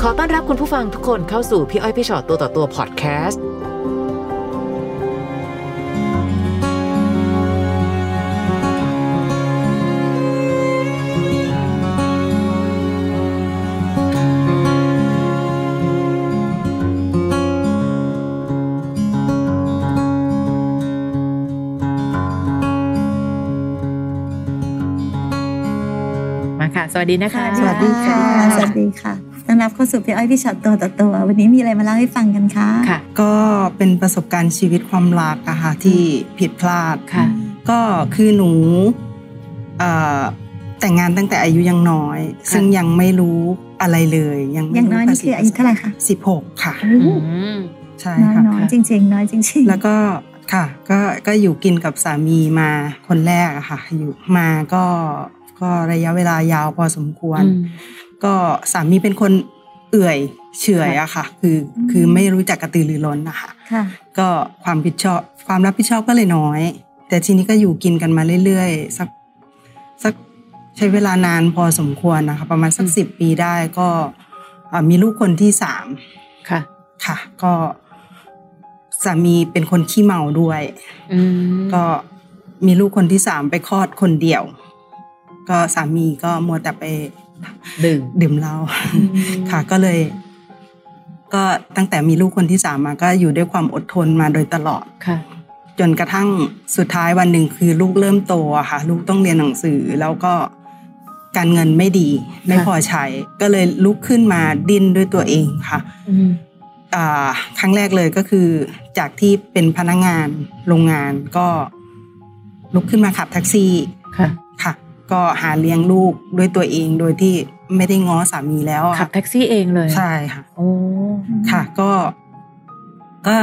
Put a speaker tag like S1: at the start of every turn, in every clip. S1: ขอต้อนรับคุณผู้ฟังทุกคนเข้าสู่พี่อ้อยพี่ชอตตัวต่อตัวพอดแคสต์ มาค่ะ สวัสดีนะคะ
S2: สวัสดีค่ะ
S3: สวัสดีค่ะต้อนรับเข้าสู่พี่อ้อยพี่ช็อตตัวต่อตัว วันนี้มีอะไรมาเล่าให้ฟังกันคะ
S1: ค่ะ
S2: ก็เป็นประสบการณ์ชีวิตความรักอะค่ะที่ผิดพลาด
S1: ค่ะ
S2: ก็คือหนูเอ่อแต่งงานตั้งแต่อายุยังน้อย
S1: ค่ะ
S2: ซึ่งยังไม่รู้อะไรเลยยัง
S3: อย่างน้อยนี่คืออายุเท่าไหร่คะ
S2: สิบหกค่ะ
S1: อืม
S2: ใช่
S3: น้อย
S2: ค่ะ
S3: น้อยจริง ๆ น้อยจริงๆ
S2: แล้วก็ค่ะก็ก็อยู่กินกับสามีมาคนแรกอะค่ะ อยู่มาก็ก็ระยะเวลายาวพอสมควร ก็สามีเป็นคนเอื่อยเฉื่อยอะค่ะ คือคือไม่รู้จักกระตือรือร้นนะคะ
S3: ค่ะ
S2: ก็ความผิดชอบความรับผิดชอบก็เลยน้อย แต่ทีนี้ก็อยู่กินกันมาเรื่อยๆ สักสักใช้เวลานานพอสมควรนะคะ ประมาณสัก
S1: อืม
S2: สิบปีได้ก็เอ่อมีลูกคนที่สาม
S1: ค่ะ
S2: ค่ะ ก็สามีเป็นคนขี้เมาด้วย
S1: อืม
S2: ก็มีลูกคนที่สามไปคลอดคนเดียว ก็สามีก็มัวแต่ไป
S1: ดื่ม
S2: ดื่มเหล้า ค่ะก็เลย ก็ตั้งแต่มีลูกคนที่สามมาก็อยู่ด้วยความอดทนมาโดยตลอด
S1: ค่ะ
S2: จนกระทั่งสุดท้ายวันหนึ่งคือลูกเริ่มโตอะค่ะ ลูกต้องเรียนหนังสือแล้วก็การเงินไม่ดี ไม่พอใช้ ก็เลยลุกขึ้นมาดิ้นด้วยตัวเองค่ะ
S1: อืม
S2: อ่าครั้งแรกเลยก็คือจากที่เป็นพนักงานโรงงานก็ลุกขึ้นมาขับแท็กซี่
S1: ค่ะ
S2: ค่ะ ก็หาเลี้ยงลูกด้วยตัวเองโดยที่ไม่ได้ง้อสามีแล้วอะ
S1: ขับแท็กซี่เองเลย
S2: ใช่ค่ะ
S1: โอ้
S2: ค่ะก็ก็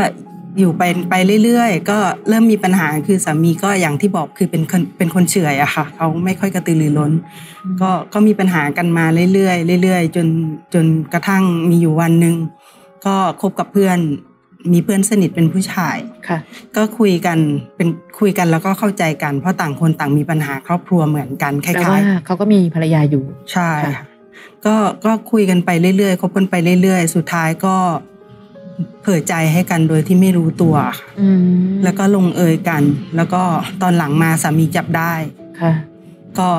S2: อยู่ไปไปเรื่อยๆ ก็เริ่มมีปัญหาคือสามีก็อย่างที่บอกคือเป็นคนเป็นคนเฉื่อยอะค่ะเขาไม่ค่อยกระตือรือร้น
S1: อืม
S2: ก็ก็มีปัญหากันมาเรื่อยๆเรื่อยๆ จนจนกระทั่งมีอยู่วันหนึ่งก็คบกับเพื่อนมีเพื่อนสนิทเป็นผู้ชาย
S1: ค่ะ
S2: ก็คุยกันเป็นคุยกันแล้วก็เข้าใจกันเพราะต่างคนต่างมีปัญหาครอบครัวเหมือนกันค
S1: แปลว่า
S2: ล้ายๆ
S1: เขาก็มีภรรยาอยู่
S2: ใช่
S1: ค่ะ
S2: ค่ะก็ก็คุยกันไปเรื่อยๆคบกันไปเรื่อยๆ สุดท้ายก็เผื่อใจให้กันโดยที่ไม่รู้ตัวค่ะ
S1: อืม
S2: แล้วก็ลงเอยกัน แล้วก็ตอนหลังมาสามีจับได้
S1: ค่ะ
S2: ก็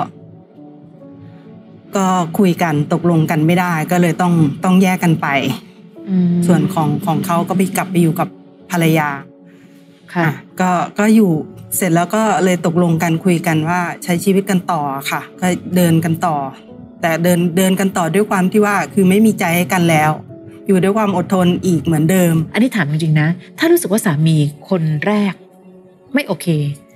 S2: ก็คุยกันตกลงกันไม่ได้ ก็เลยต้องต้องแยกกันไป
S1: อืม
S2: ส่วนของของเขาก็ไปกลับไปอยู่กับภรรยา
S1: ค่ะ
S2: อ่ะก็ก็อยู่เสร็จแล้วก็เลยตกลงกันคุยกันว่าใช้ชีวิตกันต่อค่ะ ก็เดินกันต่อ แต่เดินเดินกันต่อด้วยความที่ว่าคือไม่มีใจให้กันแล้ว อยู่ด้วยความอดทนอีกเหมือนเดิม
S1: อันนี้ถามจริงๆนะ ถ้ารู้สึกว่าสามีคนแรก ไม่โอเค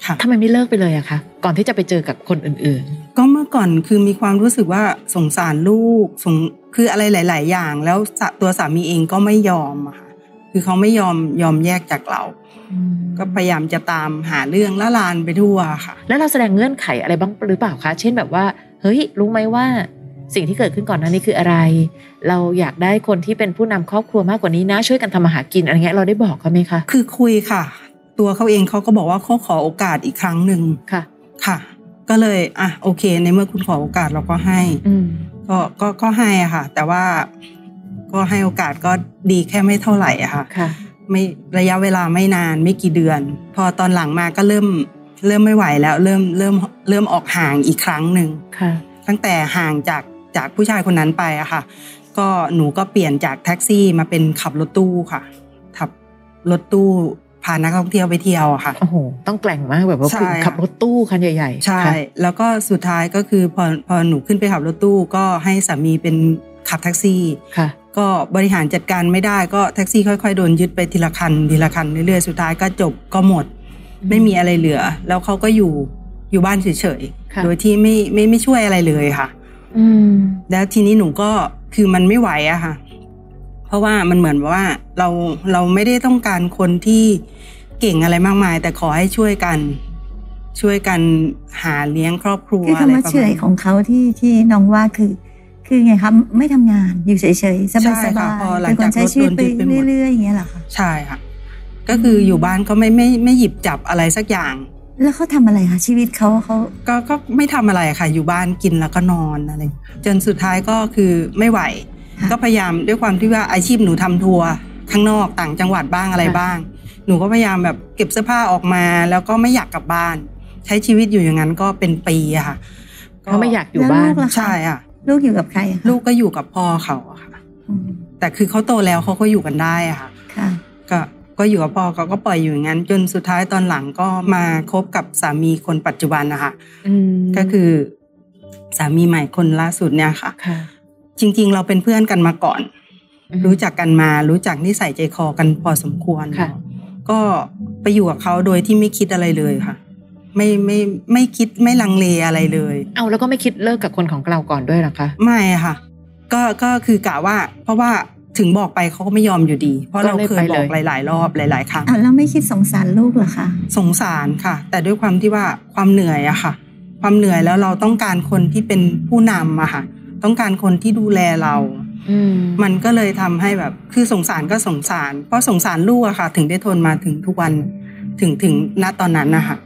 S2: ค่ะ
S1: ทำไมไม่เลิกไปเลยอะคะ ก่อนที่จะไปเจอกับคนอื่น
S2: ก็เมื่อก่อนคือมีความรู้สึกว่าสงสารลูกสงคืออะไรหลาย ๆ อย่าง แล้วสะตัวสามีเองก็ไม่ยอมอะค่ะคือเขาไม่ยอมยอมแยกจากเรา
S1: ๆอืม
S2: ก็พยายามจะตามหาเรื่องละลานไปทั่วค่ะ
S1: แล้วเราแสดงเงื่อนไขอะไรบ้างหรือเปล่าคะ เช่นแบบว่า เฮ้ย รู้ไหมว่า สิ่งที่เกิดขึ้นก่อนหน้านี้คืออะไร เราอยากได้คนที่เป็นผู้นำครอบครัวมากกว่านี้นะ ช่วยกันทำมาหากินอะไรเงี้ย เราได้บอกเขาไหมคะ
S2: คือคุยค่ะ ตัวเขาเองเขาก็บอกว่าเขาขอโอกาสอีกครั้งหนึ่ง
S1: ค่ะ
S2: ค่ะ ก็เลยอ่ะโอเค ในเมื่อคุณขอโอกาสเราก็ให้
S1: อืม
S2: ก็ก็ก็ให้อะค่ะ แต่ว่าก็ให้โอกาสก็ดีแค่ไม่เท่าไหร่อะค่ะ
S1: ค่ะ
S2: ไม่ระยะเวลาไม่นานไม่กี่เดือน พอตอนหลังมาก็เริ่มเริ่มไม่ไหวแล้ว เริ่มเริ่มเริ่มออกห่างอีกครั้งหนึ่ง
S1: ค่ะ
S2: ตั้งแต่ห่างจากจากผู้ชายคนนั้นไปอะค่ะ ก็หนูก็เปลี่ยนจากแท็กซี่มาเป็นขับรถตู้ค่ะขับรถตู้พานักท่องเที่ยวไปเที่ยวอะค่ะ
S1: โอ้โห ต้องแกร่งมากแบบว่า
S2: ใช่
S1: คุณ
S2: ค่ะ
S1: ขับรถตู้คันใหญ่ๆ
S2: ใช่
S1: ค่ะ
S2: แล้วก็สุดท้ายก็คือพอพอหนูขึ้นไปขับรถตู้ก็ให้สามีเป็นขับแท็กซี่
S1: ค่ะ
S2: ก็บริหารจัดการไม่ได้ก็แท็กซี่ค่อยๆโดนยึดไปทีละคันทีละคันเรื่อยๆสุดท้ายก็จบก็หมด ไม่มีอะไรเหลือ แล้วเขาก็อยู่อยู่บ้านเฉย
S1: ค่ะ
S2: ๆโดยที่ไม่ไม่ไม่ช่วยอะไรเลยค่ะ
S1: อืม
S2: แล้วทีนี้หนูก็คือมันไม่ไหวอะค่ะ เพราะว่ามันเหมือนว่าเราเราไม่ได้ต้องการคนที่เก่งอะไรมากมาย แต่ขอให้ช่วยกัน ช่วยกันหาเลี้ยงครอบครัว
S3: คือ
S2: อะไร
S3: คำว่า
S2: ประ
S3: เฉื่
S2: มา
S3: อ
S2: ณ
S3: ยของเขาที่ที่น้องว่าคือ คือไงคะไม่ทำงานอยู่เฉยๆสบายสบายเป็นคนใช้ชีวิตไปเรื่อยๆอย่างเงี้ยเหรอคะ
S2: ใช่ค่ะ ก็คืออยู่บ้านก็ไม่ไม่ไม่หยิบจับอะไรสักอย่าง
S3: แล้วเขาทำอะไรคะชีวิตเขาเขา
S2: ก็ก็ไม่ทำอะไรค่ะ อยู่บ้านกินแล้วก็นอนอะไรจนสุดท้ายก็คือไม่ไหว
S3: ค่ะ
S2: ก็พยายามด้วยความที่ว่าอาชีพหนูทำทัวร์ข้างนอกต่างจังหวัดบ้างอะไร
S1: ค่ะ
S2: บ้าง หนูก็พยายามแบบเก็บเสื้อผ้าออกมา แล้วก็ไม่อยากกลับบ้าน ใช้ชีวิตอยู่อย่างนั้นก็เป็นปีอะค่ะ
S1: เพราะไม่อยากอยู่บ้าน
S3: แล้วลูกล่ะ
S2: ใช่อะ
S3: ลูกอยู่กับใครอะคะ
S2: ลูกก็อยู่กับพ่อเขาอะค่ะ
S3: อืม
S2: แต่คือเขาโตแล้วเขาก็อยู่กันได้อะค่ะ
S3: ค่ะ
S2: ก็ก็อยู่กับพ่อเขาก็ปล่อยอยู่อย่างนั้น จนสุดท้ายตอนหลังก็มาคบกับสามีคนปัจจุบันนะคะ
S1: อืม
S2: ก็คือสามีใหม่คนล่าสุดเนี่ยค่ะ
S1: ค่ะ
S2: จริง ๆ เราเป็นเพื่อนกันมาก่อน
S1: อืม
S2: รู้จักกันมารู้จักนิสัยใจคอกันพอสมควร
S1: ค่ะ
S2: ก็ไปอยู่กับเขาโดยที่ไม่คิดอะไรเลยค่ะ ไม่ไม่ไม่คิดไม่ลังเลอะไรเลย
S1: เอาแล้วก็ไม่คิดเลิกกับคนของเราก่อนด้วยเหรอคะ
S2: ไม่ค่ะ ก็ก็คือกะว่า เพราะว่าถึงบอกไปเขาก็ไม่ยอมอยู่ดี เพราะเราเคยบอกหลาย ๆ รอบหลาย ๆ ครั้ง
S3: อ่ะแล้วไม่คิดสงสารลูกเหรอคะ
S2: สงสารค่ะ แต่ด้วยความที่ว่าความเหนื่อยอะค่ะ ความเหนื่อยแล้วเราต้องการคนที่เป็นผู้นำอะค่ะ ต้องการคนที่ดูแลเรา
S1: อืม
S2: มันก็เลยทำให้แบบคือสงสารก็สงสาร เพราะสงสารลูกอะค่ะ ถึงได้ทนมาถึงทุกวันถึงถึงณตอนนั้นนะคะ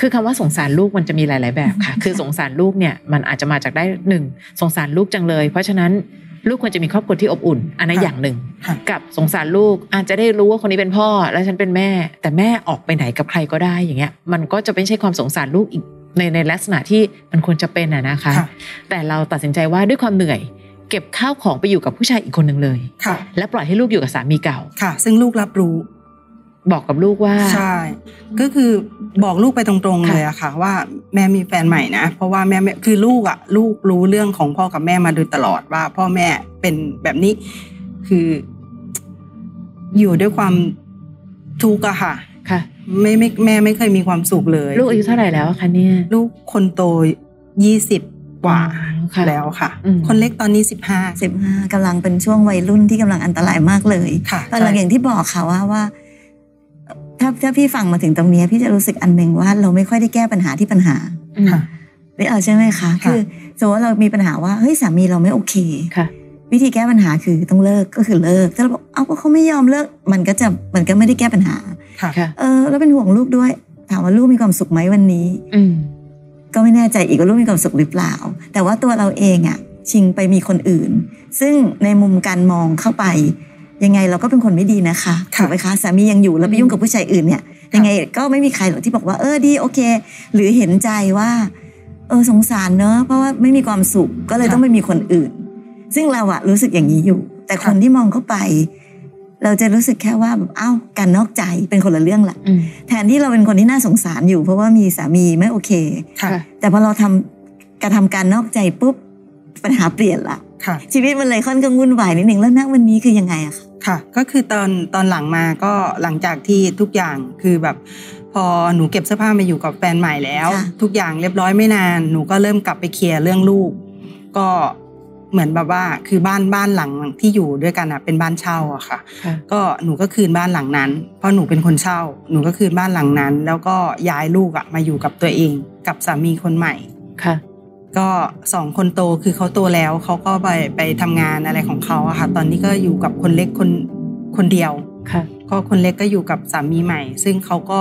S1: คือคำว่าสงสารลูกมันจะมีหลาย ๆ แบบ ค่ะ คือสงสารลูกเนี่ยมันอาจจะมาจากได้หนึ่งสงสารลูกจังเลย เพราะฉะนั้นลูกควรจะมีครอบครัวที่อบอุ่น อันนั้นอย่างหนึ่ง
S2: ค่ะ
S1: กับสงสารลูกอาจจะได้รู้ว่าคนนี้เป็นพ่อ และฉันเป็นแม่ แต่แม่ออกไปไหนกับใครก็ได้อย่างเงี้ย มันก็จะไม่ใช่ความสงสารลูกอีกในในลักษณะที่มันควรจะเป็นอะนะคะ
S2: ค่ะ
S1: แต่เราตัดสินใจว่าด้วยความเหนื่อย เก็บข้าวของไปอยู่กับผู้ชายอีกคนหนึ่งเลย
S2: ค่ะ
S1: และปล่อยให้ลูกอยู่กับสามีเก่า
S2: ค่ะ ซึ่งลูกรับรู้
S1: บอกกับลูกว่า
S2: ใช่ ก็คือบอกลูกไปตรงๆเลยอะค่ะ ว่าแม่มีแฟนใหม่นะ เพราะว่าแม่ไม่คือลูกอะลูกรู้เรื่องของพ่อกับแม่มาโดยตลอดว่า พ่อแม่เป็นแบบนี้คือ อยู่ด้วยความทุกข์อะค่ะ
S1: ค่ะ
S2: ไม่ไม่แม่ไม่เคยมีความสุขเลย
S1: ลูกอายุเท่าไหร่แล้วอะคะเนี่ย
S2: ลูกคนโตยี่สิบกว่า
S1: อ๋อค่ะ
S2: แล้วค่ะ
S1: อืม
S2: คนเล็กตอนนี้สิบห้า
S3: สิบห้ากำลังเป็นช่วงวัยรุ่นที่กำลังอันตรายมากเลย
S2: ค่ะ
S3: กำลังอย่างที่บอกค่ะว่าว่าเอ่อถ้าถ้าพี่ฟังมาถึงตรงเนี้ยพี่จะรู้สึกอันหนึ่งว่าเราไม่ค่อยได้แก้ปัญหาที่ปัญหา
S1: อืม
S2: ค่ะ
S3: หรือเอาใช่ไหมคะ
S2: ค่ะ
S3: คือสมมติว่าเรามีปัญหาว่าเฮ้ยสามีเราไม่โอเค
S1: ค่ะ
S3: วิธีแก้ปัญหาคือต้องเลิกก็คือเลิกถ้าเราบอกเอาก็เขาไม่ยอมเลิกมันก็จะมันก็ไม่ได้แก้ปัญหา
S2: ค่ะ
S1: ค่ะ
S3: เออแล้วเป็นห่วงลูกด้วย ถามว่าลูกมีความสุขไหมวันนี้
S1: อืม
S3: ก็ไม่แน่ใจอีกว่าลูกมีความสุขหรือเปล่า แต่ว่าตัวเราเองอะชิงไปมีคนอื่น ซึ่งในมุมการมองเข้าไป ยังไงเราก็เป็นคนไม่ดีนะคะ
S2: ค่ะ
S3: ถูกไหมคะสามียังอยู่แล้วไป
S1: อืม
S3: ยุ่งกับผู้ชายอื่นเนี่ย ยังไงก็ไม่มีใครหรอกที่บอกว่าเออดีโอเค หรือเห็นใจว่า เออสงสารเนอะเพราะว่าไม่มีความสุขก็เลย
S2: ค่ะ
S3: ต้องไปมีคนอื่น ซึ่งเราอะรู้สึกอย่างนี้อยู่ แต่คน
S2: ค่ะ
S3: ที่มองเข้าไป เราจะรู้สึกแค่ว่าแบบเอ้าการนอกใจเป็นคนละเรื่องละ
S1: อืม
S3: แทนที่เราเป็นคนที่น่าสงสารอยู่ เพราะว่ามีสามีไม่โอเค
S2: ค่ะ
S3: แต่พอเราทำการทำการนอกใจปุ๊บปัญหาเปลี่ยนละ
S2: ค่ะ
S3: ชีวิตมันเลยค่อนข้างวุ่นวายนิดหนึ่งแล้วณวันนี้คือยังไงอะคะ
S2: ค่ะก็คือตอนตอนหลังมาก็หลังจากที่ทุกอย่างคือแบบ พอหนูเก็บเสื้อผ้ามาอยู่กับแฟนใหม่แล้ว ทุกอย่างเรียบร้อยไม่นานหนูก็เริ่มกลับไปเคลียร์เรื่องลูก ก็เหมือนแบบว่าคือบ้านบ้านหลังที่อยู่ด้วยกันอ่ะเป็นบ้านเช่าอะค่ะ
S1: ค่ะ
S2: ก็หนูก็คืนบ้านหลังนั้น เพราะหนูเป็นคนเช่า หนูก็คืนบ้านหลังนั้น แล้วก็ย้ายลูกอะมาอยู่กับตัวเอง กับสามีคนใหม่
S1: ค่ะ
S2: ก็สองคนโตคือเขาโตแล้วเขาก็ไปไปทำงานอะไรของเขาอะค่ะตอนนี้ก็อยู่กับคนเล็กคนคนเดียว
S1: ค่ะ
S2: ก็คนเล็กก็อยู่กับสามีใหม่ ซึ่งเขาก็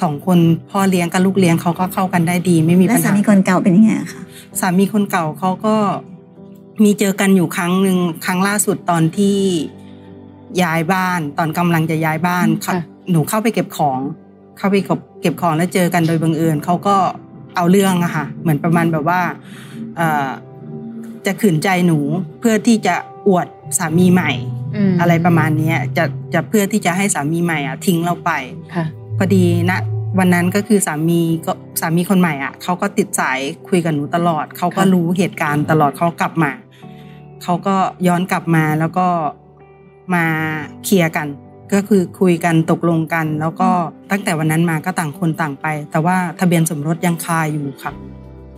S2: สองคนพ่อเลี้ยงกับลูกเลี้ยงเขาก็เข้ากันได้ดี ไม่มี
S3: และ
S2: ปัญ
S3: สา
S2: หา
S3: มีคนเก่าเป็นยังไงอะคะ
S2: สามีคนเก่าเขาก็มีเจอกันอยู่ครั้งหนึ่งครั้งล่าสุดตอนที่ย้ายบ้าน ตอนกำลังจะย้ายบ้าน
S1: ค่ะ
S2: เขาหนูเข้าไปเก็บของ เข้าไปเก็บของแล้วเจอกันโดยบังเอิญเขาก็เอาเรื่องอะค่ะ เหมือนประมาณแบบว่าเอ่อจะขืนใจหนูเพื่อที่จะอวดสามีใหม่
S1: ม
S2: อะไรประมาณเนี้ยจะจะเพื่อที่จะให้สามีใหม่อ่ะทิ้งเราไป
S1: ค่ะ
S2: พอดีนะวันนั้นก็คือสามีก็สามีคนใหม่อ่ะเขาก็ติดสายคุยกับหนูตลอดเขาก็
S1: ค่ะ
S2: รู้เหตุการณ์ตลอดเขากลับมาเขาก็ย้อนกลับมาแล้วก็มาเคลียร์กัน ก็คือคุยกันตกลงกัน แล้วก็ตั้งแต่วันนั้นมาก็ต่างคนต่างไป แต่ว่าทะเบียนสมรสยังคาอยู่ค่ะ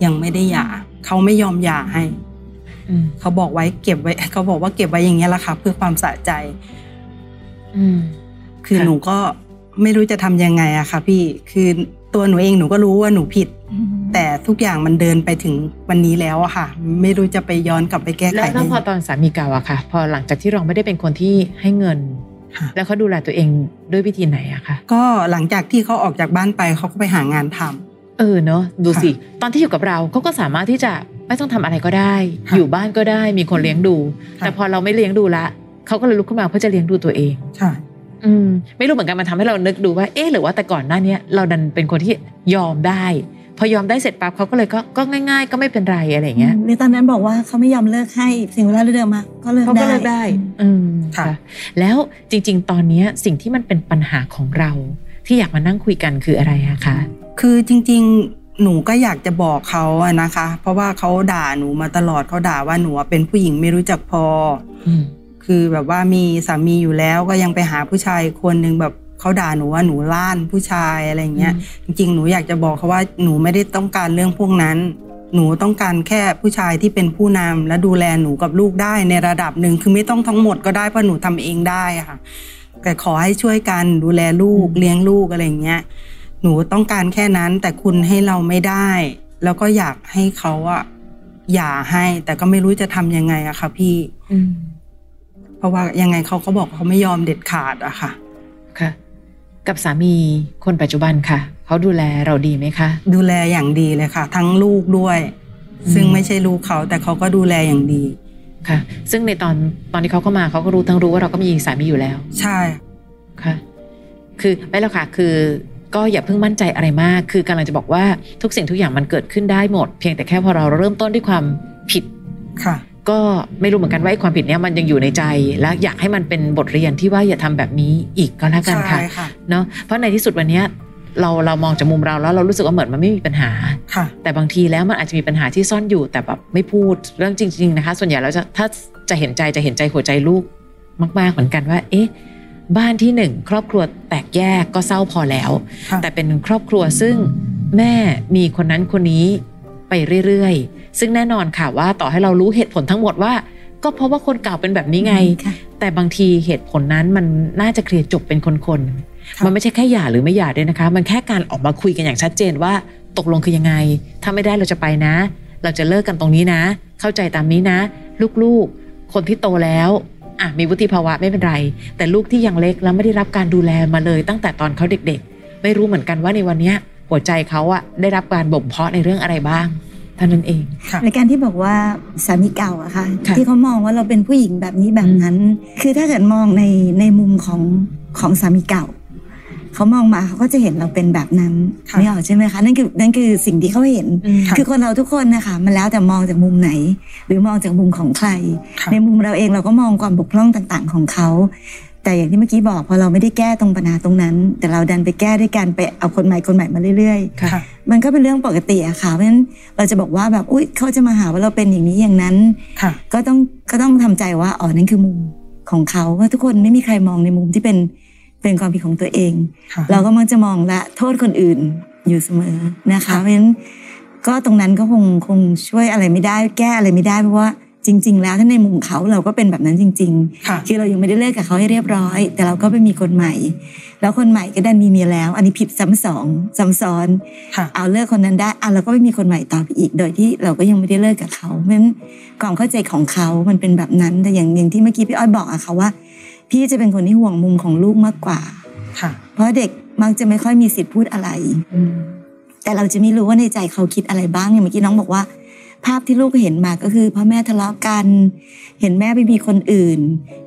S2: ยังไม่ได้หย่าเขาไม่ยอมหย่าให้
S1: อืม
S2: เขาบอกไว้เก็บไว้เขาบอกว่าเก็บไว้อย่างเงี้ยแหละค่ะเพื่อความสะใจ
S1: อืม
S2: คือ
S1: ค่ะ
S2: หนูก็ไม่รู้จะทำยังไงอะค่ะพี่คือตัวหนูเองหนูก็รู้ว่าหนูผิด แต่ทุกอย่างมันเดินไปถึงวันนี้แล้วอะค่ะ ไม่รู้จะไปย้อนกลับไปแก้
S1: แล้ว
S2: ไข
S1: แล้ว
S2: ได้
S1: พอตอนสามีเก่าอะค่ะ พอหลังจากที่เราไม่ได้เป็นคนที่ให้เงิน
S2: ค่ะ
S1: แล้วเขาดูแลตัวเองด้วยวิธีไหนอะคะ
S2: ก็หลังจากที่เขาออกจากบ้านไปเขาก็ไปหางานทำ
S1: เออเนอะดูสิ ตอนที่อยู่กับเราเขาก็สามารถที่จะ ไม่ต้องทำอะไรก็ได้ อยู่บ้านก็ได้มีคนเลี้ยงดู
S2: ค่ะ
S1: แต่พอเราไม่เลี้ยงดูละเขาก็เลยลุกขึ้นมาเพื่อจะเลี้ยงดูตัวเอง
S2: ใช่
S1: อืมไม่รู้เหมือนกันมันทำให้เรานึกดูว่าเอ๊ะหรือว่าแต่ก่อนหน้าเนี้ยเราดันเป็นคนที่ยอมได้ พอยอมได้เสร็จปั๊บเขาก็เลยก็ก็ง่าย ๆ ก็ไม่เป็นไรอะไรอย่างเงี้ย
S3: หรือตอนนั้นบอกว่าเขาไม่ยอมเลิกให้สิ่งเวลาเดิมมา ก็เลิก
S1: เขา
S3: ได้
S1: ก็เลยได้อืมค่ะแล้วจริง ๆ ตอนเนี้ยสิ่งที่มันเป็นปัญหาของเรา ที่อยากมานั่งคุยกันคืออะไรอะคะ
S2: คือจริงๆหนูก็อยากจะบอกเขาอะนะคะ เพราะว่าเขาด่าหนูมาตลอดเขาด่าว่าหนูอะเป็นผู้หญิงไม่รู้จักพอ
S1: อืม
S2: คือแบบว่ามีสามีอยู่แล้วก็ยังไปหาผู้ชายคนหนึ่งแบบเขาด่าหนูว่าหนูล่านผู้ชายอะไรอย่างเงี้ย จริงๆ หนูอยากจะบอกเขาว่าหนูไม่ได้ต้องการเรื่องพวกนั้น หนูต้องการแค่ผู้ชายที่เป็นผู้นำและดูแลหนูกับลูกได้ในระดับหนึ่งคือไม่ต้องทั้งหมดก็ได้เพราะหนูทำเองได้อะค่ะ แต่ขอให้ช่วยกันดูแลลูก
S1: อืม
S2: เลี้ยงลูกอะไรอย่างเงี้ย หนูต้องการแค่นั้นแต่คุณให้เราไม่ได้ แล้วก็อยากให้เขาอะอย่าให้ แต่ก็ไม่รู้จะทำยังไงอะค่ะพี่
S1: อืม
S2: เพราะว่ายังไงเขาก็บอกเขาไม่ยอมเด็ดขาดอะค่ะ
S1: ค่ะ กับสามีคนปัจจุบันค่ะ เขาดูแลเราดีไหมคะ
S2: ดูแลอย่างดีเลยค่ะ ทั้งลูกด้วย
S1: อืม
S2: ซึ่งไม่ใช่ลูกเขาแต่เขาก็ดูแลอย่างดี
S1: ค่ะ ซึ่งในตอนตอนที่เขาเข้ามาเขาก็รู้ทั้งรู้ว่าเราก็มีสามีอยู่แล้ว
S2: ใช่
S1: ค่ะ คือไม่แล้วค่ะ คือก็อย่าเพิ่งมั่นใจอะไรมาก คือกำลังจะบอกว่าทุกสิ่งทุกอย่างมันเกิดขึ้นได้หมด เพียงแต่แค่พอเราเริ่มต้นด้วยความผิด
S2: ค่ะ
S1: ก็ไม่รู้เหมือนกันว่าไอ้ความผิดเนี้ยมันยังอยู่ในใจ และอยากให้มันเป็นบทเรียนที่ว่าอย่าทำแบบนี้อีกก็แล้วกัน
S2: ใช่
S1: ค่ะ
S2: ค่ะ
S1: เนอะเพราะในที่สุดวันเนี้ยเราเรามองจากมุมเราแล้วเรารู้สึกว่าเหมือนมันไม่มีปัญหา
S2: ค่ะ
S1: แต่บางทีแล้วมันอาจจะมีปัญหาที่ซ่อนอยู่แต่แบบไม่พูดเรื่องจริง ๆ นะคะ ส่วนใหญ่แล้วจะถ้าจะเห็นใจจะเห็นใจหัวใจลูกมากๆเหมือนกันว่า เอ๊ะ บ้านที่หนึ่งครอบครัวแตกแยกก็เศร้าพอแล้ว
S2: ค่ะ
S1: แต่เป็นครอบครัวซึ่งแม่มีคนนั้นคนนี้ไปเรื่อยๆ ซึ่งแน่นอนค่ะว่าต่อให้เรารู้เหตุผลทั้งหมดว่า ก็เพราะว่าคนเก่าเป็นแบบนี้ไง
S3: ค่ะ
S1: แต่บางทีเหตุผลนั้นมันน่าจะเคลียร์จบเป็นคน
S2: ค่ะ
S1: ๆ มันไม่ใช่แค่หย่าหรือไม่หย่าด้วยนะคะ มันแค่การออกมาคุยกันอย่างชัดเจนว่าตกลงคือยังไง ถ้าไม่ได้เราจะไปนะ เราจะเลิกกันตรงนี้นะ เข้าใจตามนี้นะ ลูกๆ คนที่โตแล้วอ่ะมีวุฒิภาวะไม่เป็นไร แต่ลูกที่ยังเล็กแล้วไม่ได้รับการดูแลมาเลย ตั้งแต่ตอนเขาเด็กๆ ไม่รู้เหมือนกันว่าในวันเนี้ยหัวใจเขาอะได้รับการบ่มเพาะในเรื่องอะไรบ้างเท่านั้นเอง
S2: ค่ะ
S3: ในการที่บอกว่าสามีเก่าอะค่ะ
S1: ค่ะ
S3: ที่เขามองว่าเราเป็นผู้หญิงแบบนี้แบบนั้น คือถ้าเกิดมองในในมุมของของสามีเก่า เขามองมาเขาก็จะเห็นเราเป็นแบบนั้น
S2: ค่ะ
S3: นี่ออกใช่ไหมคะนั่นคือนั่นคือสิ่งที่เขาเห็น
S2: ค่ะ
S3: คือคนเราทุกคนนะคะมันแล้วแต่มองจากมุมไหน หรือมองจากมุมของใคร
S2: ค่ะ
S3: ในมุมเราเองเราก็มองความบกพร่องต่างๆของเขา แต่อย่างที่เมื่อกี้บอกพอเราไม่ได้แก้ตรงปัญหาตรงนั้น แต่เราดันไปแก้ด้วยการไปเอาคนใหม่คนใหม่มาเรื่อยๆ
S1: ค่ะ
S2: ค่ะ
S3: มันก็เป็นเรื่องปกติอะค่ะ เพราะฉะนั้นเราจะบอกว่าแบบ อุ๊ยเขาจะมาหาว่าเราเป็นอย่างนี้อย่างนั้น
S2: ค่ะ
S3: ก็ต้องก็ต้องทำใจว่า อ๋อ นั่นคือมุมของเขาว่าทุกคนไม่มีใครมองในมุมที่เป็นเป็นความผิดของตัวเอง
S2: ค่ะ
S3: เราก็มักจะมองและโทษคนอื่นอยู่เสมอนะคะ
S2: ค่ะ
S3: เพราะฉะนั้นก็ตรงนั้นก็คงคงช่วยอะไรไม่ได้ แก้อะไรไม่ได้เพราะว่าจริง ๆ แล้วถ้าในมุมเขาเราก็เป็นแบบนั้นจริง ๆ
S2: ค่ะ
S3: คือเรายังไม่ได้เลิกกับเขาให้เรียบร้อย แต่เราก็ไปมีคนใหม่ แล้วคนใหม่ก็ดันมีเมียแล้ว อันนี้ผิดซ้ำสองซ้ำซ้อน
S2: ค่ะ
S3: เอาเลิกคนนั้นได้อ่ะเราก็ไปมีคนใหม่ต่อไปอีก โดยที่เราก็ยังไม่ได้เลิกกับเขาเพราะฉะนั้นความเข้าใจของเขา มันเป็นแบบนั้น แต่อย่างอย่างที่เมื่อกี้พี่อ้อยบอกอะค่ะว่า พี่จะเป็นคนที่ห่วงมุมของลูกมากกว่า
S2: ค่ะ
S3: เพราะเด็กมักจะไม่ค่อยมีสิทธิ์พูดอะไร แต่เราจะไม่รู้ว่าในใจเขาคิดอะไรบ้างอย่างเมื่อกี้น้องบอกว่า ภาพที่ลูกเห็นมาก็คือพ่อแม่ทะเลาะกัน เห็นแม่ไปมีคนอื่น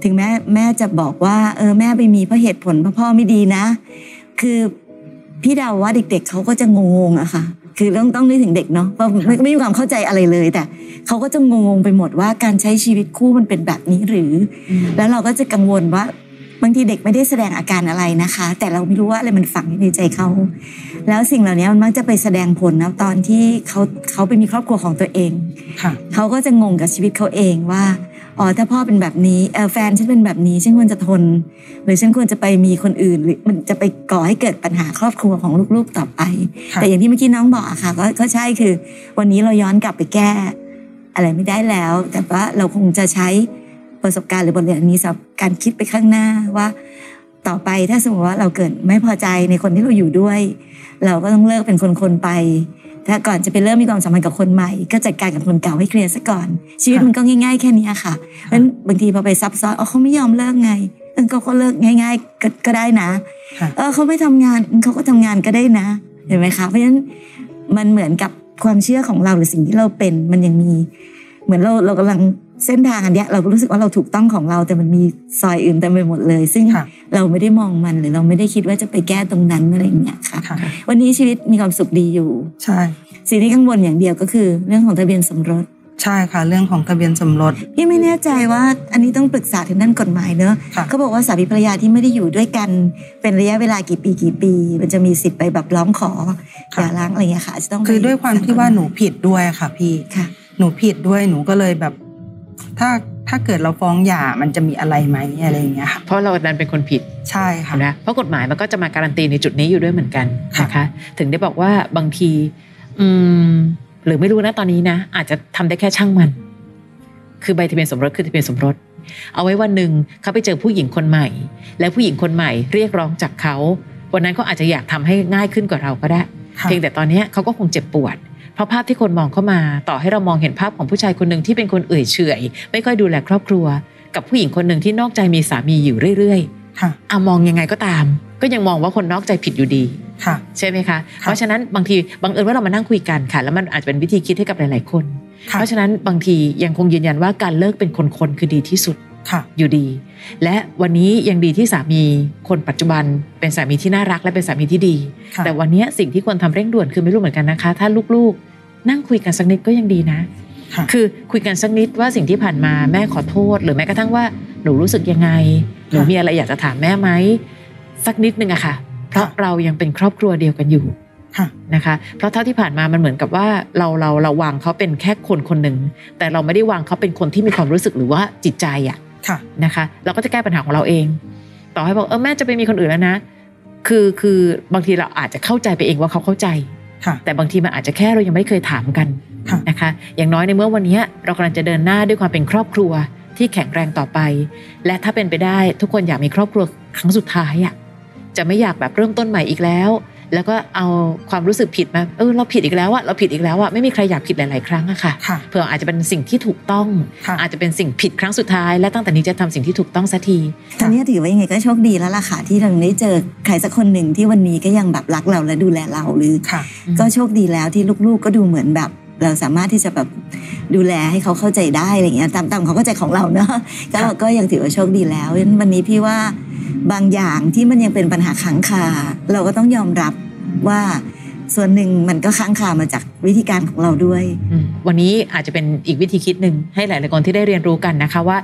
S3: ถึงแม่แม่จะบอกว่า เออแม่ไปมีเพราะเหตุผลเพราะพ่อไม่ดีนะ คือพี่เดาว่าเด็ก ๆเขาก็จะงงๆอะค่ะ คือต้องต้องนึกถึงเด็กเนาะเพราะไม่ไม่มีความเข้าใจอะไรเลย แต่เขาก็จะงงๆไปหมดว่าการใช้ชีวิตคู่มันเป็นแบบนี้หรือ แล้วเราก็จะกังวลว่าบางทีเด็กไม่ได้แสดงอาการอะไรนะคะ แต่เราไม่รู้ว่าอะไรมันฝังอยู่ในใจเขา แล้วสิ่งเหล่านี้มันมักจะไปแสดงผลนะตอนที่เขาเขาไปมีครอบครัวของตัวเอง
S2: ค่ะ
S3: เขาก็จะงงกับชีวิตเขาเองว่าอ๋อถ้าพ่อเป็นแบบนี้เออแฟนฉันเป็นแบบนี้ฉันควรจะทน หรือฉันควรจะไปมีคนอื่น หรือมันจะไปก่อให้เกิดปัญหาครอบครัวของลูกๆต่อไป
S2: ค่ะ
S3: แต่อย่างที่เมื่อกี้น้องบอกอะค่ะก็ก็ใช่คือ วันนี้เราย้อนกลับไปแก้ อะไรไม่ได้แล้ว แต่ว่าเราคงจะใช้ประสบการณ์หรือบทเรียนอันนี้สำหรับการคิดไปข้างหน้าว่า ต่อไปถ้าสมมติว่าเราเกิดไม่พอใจในคนที่เราอยู่ด้วย เราก็ต้องเลิกเป็นคนๆไป ถ้าก่อนจะไปเริ่มมีความสัมพันธ์กับคนใหม่ ก็จัดการกับคนเก่าให้เคลียร์ซะก่อน ชีวิต
S2: ค่ะ
S3: มันก็ง่าย ๆ แค่เนี้ยค่ะเพราะฉะนั้นบางทีพอไปซับซ้อนอ๋อเขาไม่ยอมเลิกไงเออก็เขาเลิกง่าย ๆ ก็ก็ได้นะ
S2: ค่ะ
S3: เออเขาไม่ทำงานเขาก็ทำงานก็ได้นะเห็นไหมคะเพราะฉะนั้นมันเหมือนกับ ความเชื่อของเราหรือสิ่งที่เราเป็นมันยังมี เหมือนเราเรากำลังเส้นทางอันเนี้ยเรารู้สึกว่าเราถูกต้องของเราแต่มันมีซอยอื่นเต็มไปหมดเลย ซึ่ง
S2: ค่ะ
S3: เราไม่ได้มองมันหรือเราไม่ได้คิดว่าจะไปแก้ตรงนั้นอะไรอย่างเงี้ยค่ะ
S2: ค่ะ
S3: วันนี้ชีวิตมีความสุขดีอยู่
S2: ใช่
S3: สิ่งที่กังวลอย่างเดียวก็คือ เรื่องของทะเบียนสมรส
S2: ใช่ค่ะ เรื่องของทะเบียนสมรส
S3: พี่ไม่แน่ใจว่าอันนี้ต้องปรึกษาทางด้านกฎหมายเนอะ
S2: ค่ะ
S3: เขาบอกว่าสามีภรรยาที่ไม่ได้อยู่ด้วยกันเป็นระยะเวลากี่ปีกี่ปี มันจะมีสิทธิ์ไปแบบร้องขออย่าร้างอะไรอย่างเงี้ยค่ะาจจะต้องไป
S2: คือด้วยความที่ว่าหนูผิดด้วยค่ะพี่
S3: ค่ะ
S2: หนูผิดด้วยหนูก็เลยแบบ ถ้าถ้าเกิดเราฟ้องหย่ามันจะมีอะไรไหมอะไรอย่างเงี้ยค่ะ
S1: เพราะเราดันเป็นคนผิด
S2: ใช่ค่ะ
S1: นะเพราะกฎหมายมันก็จะมาการันตีในจุดนี้อยู่ด้วยเหมือนกัน
S2: ค่ะ
S1: นะคะ ถึงได้บอกว่าบางที อืม หรือไม่รู้นะตอนนี้นะอาจจะทำได้แค่ช่างมัน คือใบทะเบียนสมรสคือทะเบียนสมรส เอาไว้วันหนึ่งเขาไปเจอผู้หญิงคนใหม่ แล้วผู้หญิงคนใหม่เรียกร้องจากเขาวันนั้นเขาอาจจะอยากทำให้ง่ายขึ้นกว่าเราก็ได้
S2: ค่ะ
S1: เพียงแต่ตอนเนี้ยเขาก็คงเจ็บปวด เพราะภาพที่คนมองเข้ามา ต่อให้เรามองเห็นภาพของผู้ชายคนหนึ่งที่เป็นคนเอื่อยเฉอยไม่ค่อยดูแลครอบครัว กับผู้หญิงคนหนึ่งที่นอกใจมีสามีอยู่เรื่อย
S2: ค่ะ
S1: ๆอะมองยังไงก็ตาม ก็ยังมองว่าคนนอกใจผิดอยู่ดี
S2: ค่ะ
S1: ใช่ไหมคะ
S2: ค่ะ
S1: เพราะฉะนั้นบางทีบังเอิญว่าเรามานั่งคุยกันค่ะ แล้วมันอาจจะเป็นวิธีคิดให้กับหลาย ๆ คน
S2: ค่ะ
S1: เพราะฉะนั้นบางทียังคงยืนยันว่าการเลิกเป็นคนๆคือดีที่สุด
S2: ค่ะ
S1: อยู่ดี และวันนี้ยังดีที่สามีคนปัจจุบัน เป็นสามีที่น่ารักและเป็นสามีที่ดี
S2: ค่ะ
S1: แต่วันนี้สิ่งที่ควรทำเร่งด่วนคือไม่รู้เหมือนกันนะคะ ถ้าลูกๆ นั่งคุยกันสักนิดก็ยังดีนะ
S2: ค่ะ
S1: คือคุยกันสักนิดว่าสิ่งที่ผ่านมาแม่ขอโทษ หรือแม้กระทั่งว่าหนูรู้สึกยังไง หนูมีอะไรอยากจะถามแม่ไหมสักนิดนึงอะค่ะ เพราะเรายังเป็นครอบครัวเดียวกันอยู่
S2: ค่ะ
S1: นะคะเพราะเท่าที่ผ่านมามันเหมือนกับว่าเราเราเราวางเขาเป็นแค่คนคนหนึ่งแต่เราไม่ได้วางเขาเป็นคนที่มีความรู้สึกหรือว่าจิตใจอะ
S2: ค่ะ
S1: นะคะเราก็จะแก้ปัญหาของเราเอง ต่อให้บอกเออแม่จะไปมีคนอื่นแล้วนะ คือคือบางทีเราอาจจะเข้าใจไปเองว่าเขาเข้าใจ
S2: ค่ะ
S1: แต่บางทีมันอาจจะแค่เรายังไม่เคยถามกัน
S2: ค่ะ
S1: นะคะ อย่างน้อยในเมื่อวันนี้เรากำลังจะเดินหน้าด้วยความเป็นครอบครัวที่แข็งแรงต่อไป และถ้าเป็นไปได้ทุกคนอยากมีครอบครัวครั้งสุดท้ายอะ่ะจะไม่อยากแบบเริ่มต้นใหม่อีกแล้ว แล้วก็เอาความรู้สึกผิดมาเออเราผิดอีกแล้วอะเราผิดอีกแล้วอะไม่มีใครอยากผิดหลาย ๆ ครั้งอะค่ะ
S2: ค่ะ
S1: เผื่ออาจจะเป็นสิ่งที่ถูกต้อง
S2: ค่ะ
S1: อาจจะเป็นสิ่งผิดครั้งสุดท้าย และตั้งแต่นี้จะทำสิ่งที่ถูกต้องสักที
S3: ตอนนี้ถือว่ายังไงก็โชคดีแล้วล่ะค่ะที่เรายังได้เจอใครสักคนหนึ่งที่วันนี้ก็ยังแบบรักเราและดูแลเราหรือ
S2: ค่ะ
S3: ก็โชคดีแล้วที่ลูกๆก็ดูเหมือนแบบ เราสามารถที่จะแบบดูแลให้เขาเข้าใจได้อะไรอย่างเงี้ยตามตามเขามเข้าใจของเราเน อะก็
S2: ค่ะ
S3: ก็ยังถือว่าโชคดีแล้วเพราะฉะนั้นวันนี้พี่ว่าบางอย่างที่มันยังเป็นปัญหาค้างคาเราก็ต้องยอมรับว่าส่วนหนึ่งมันก็ค้างคามาจากวิธีการของเราด้วย
S1: อืมวันนี้อาจจะเป็นอีกวิธีคิดหนึ่งให้หลาย ๆ คนที่ได้เรียนรู้กันนะคะว่า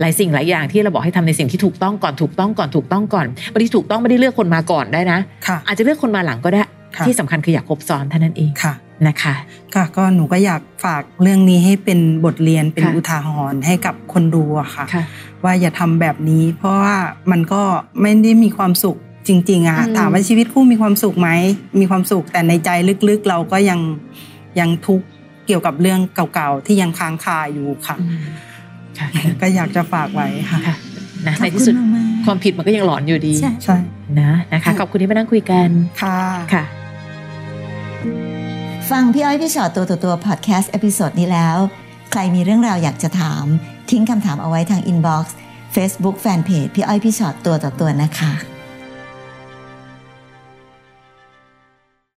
S1: หลายสิ่งหลายอย่างที่เราบอกให้ทำในสิ่งที่ถูกต้องก่อนถูกต้องก่อนถูกต้องก่อนบางทีถูกต้องไม่ได้เลือกคนมาก่อนได้นะ
S2: ค่ะ
S1: อาจจะเลือกคนมาหลังก็ได้
S2: ค่ะ
S1: ที่สำคัญคืออยากครบซ้อนเท่านั้นเอง
S2: ค่ะ
S1: นะคะ
S2: ค่ะ ก็หนูก็อยากฝากเรื่องนี้ให้เป็นบทเรียนเป็น
S1: ค่ะ
S2: อุทาหรณ์ให้กับคนดูอะค่ะ
S1: ค่ะ
S2: ว่าอย่าทำแบบนี้ เพราะว่ามันก็ไม่ได้มีความสุขจริง ๆอะ
S1: อืม
S2: ถามว่าชีวิตคู่มีความสุขไหมมีความสุขแต่ในใจลึกๆ เราก็ยังยังทุกข์เกี่ยวกับเรื่องเก่าๆที่ยังค้างคาอยู่ค่ะ
S1: อืมค่ะ
S2: ก็อยากจะฝากไว้ค่ะ
S1: ค่ะนะ
S3: ข
S1: ใน
S3: อบ
S1: ที่
S3: คุณ
S1: สุด
S3: มากๆ
S1: ความผิดมันก็ยังหลอนอยู่ดี
S3: ใช่
S2: ใช่
S1: นะนะคะขอบคุณที่มานั่งคุยกัน
S2: ค่ะ
S1: ค่ะ
S3: ฟังพี่อ้อยพี่ชอตตัวต่อตัวพอดแคสต์เอพิโซดนี้แล้ว ใครมีเรื่องราวอยากจะถาม ทิ้งคำถามเอาไว้ทางอินบ็อกซ์เฟซบุ๊กแฟนเพจพี่อ้อยพี่ชอตตัวต่อตัวนะคะ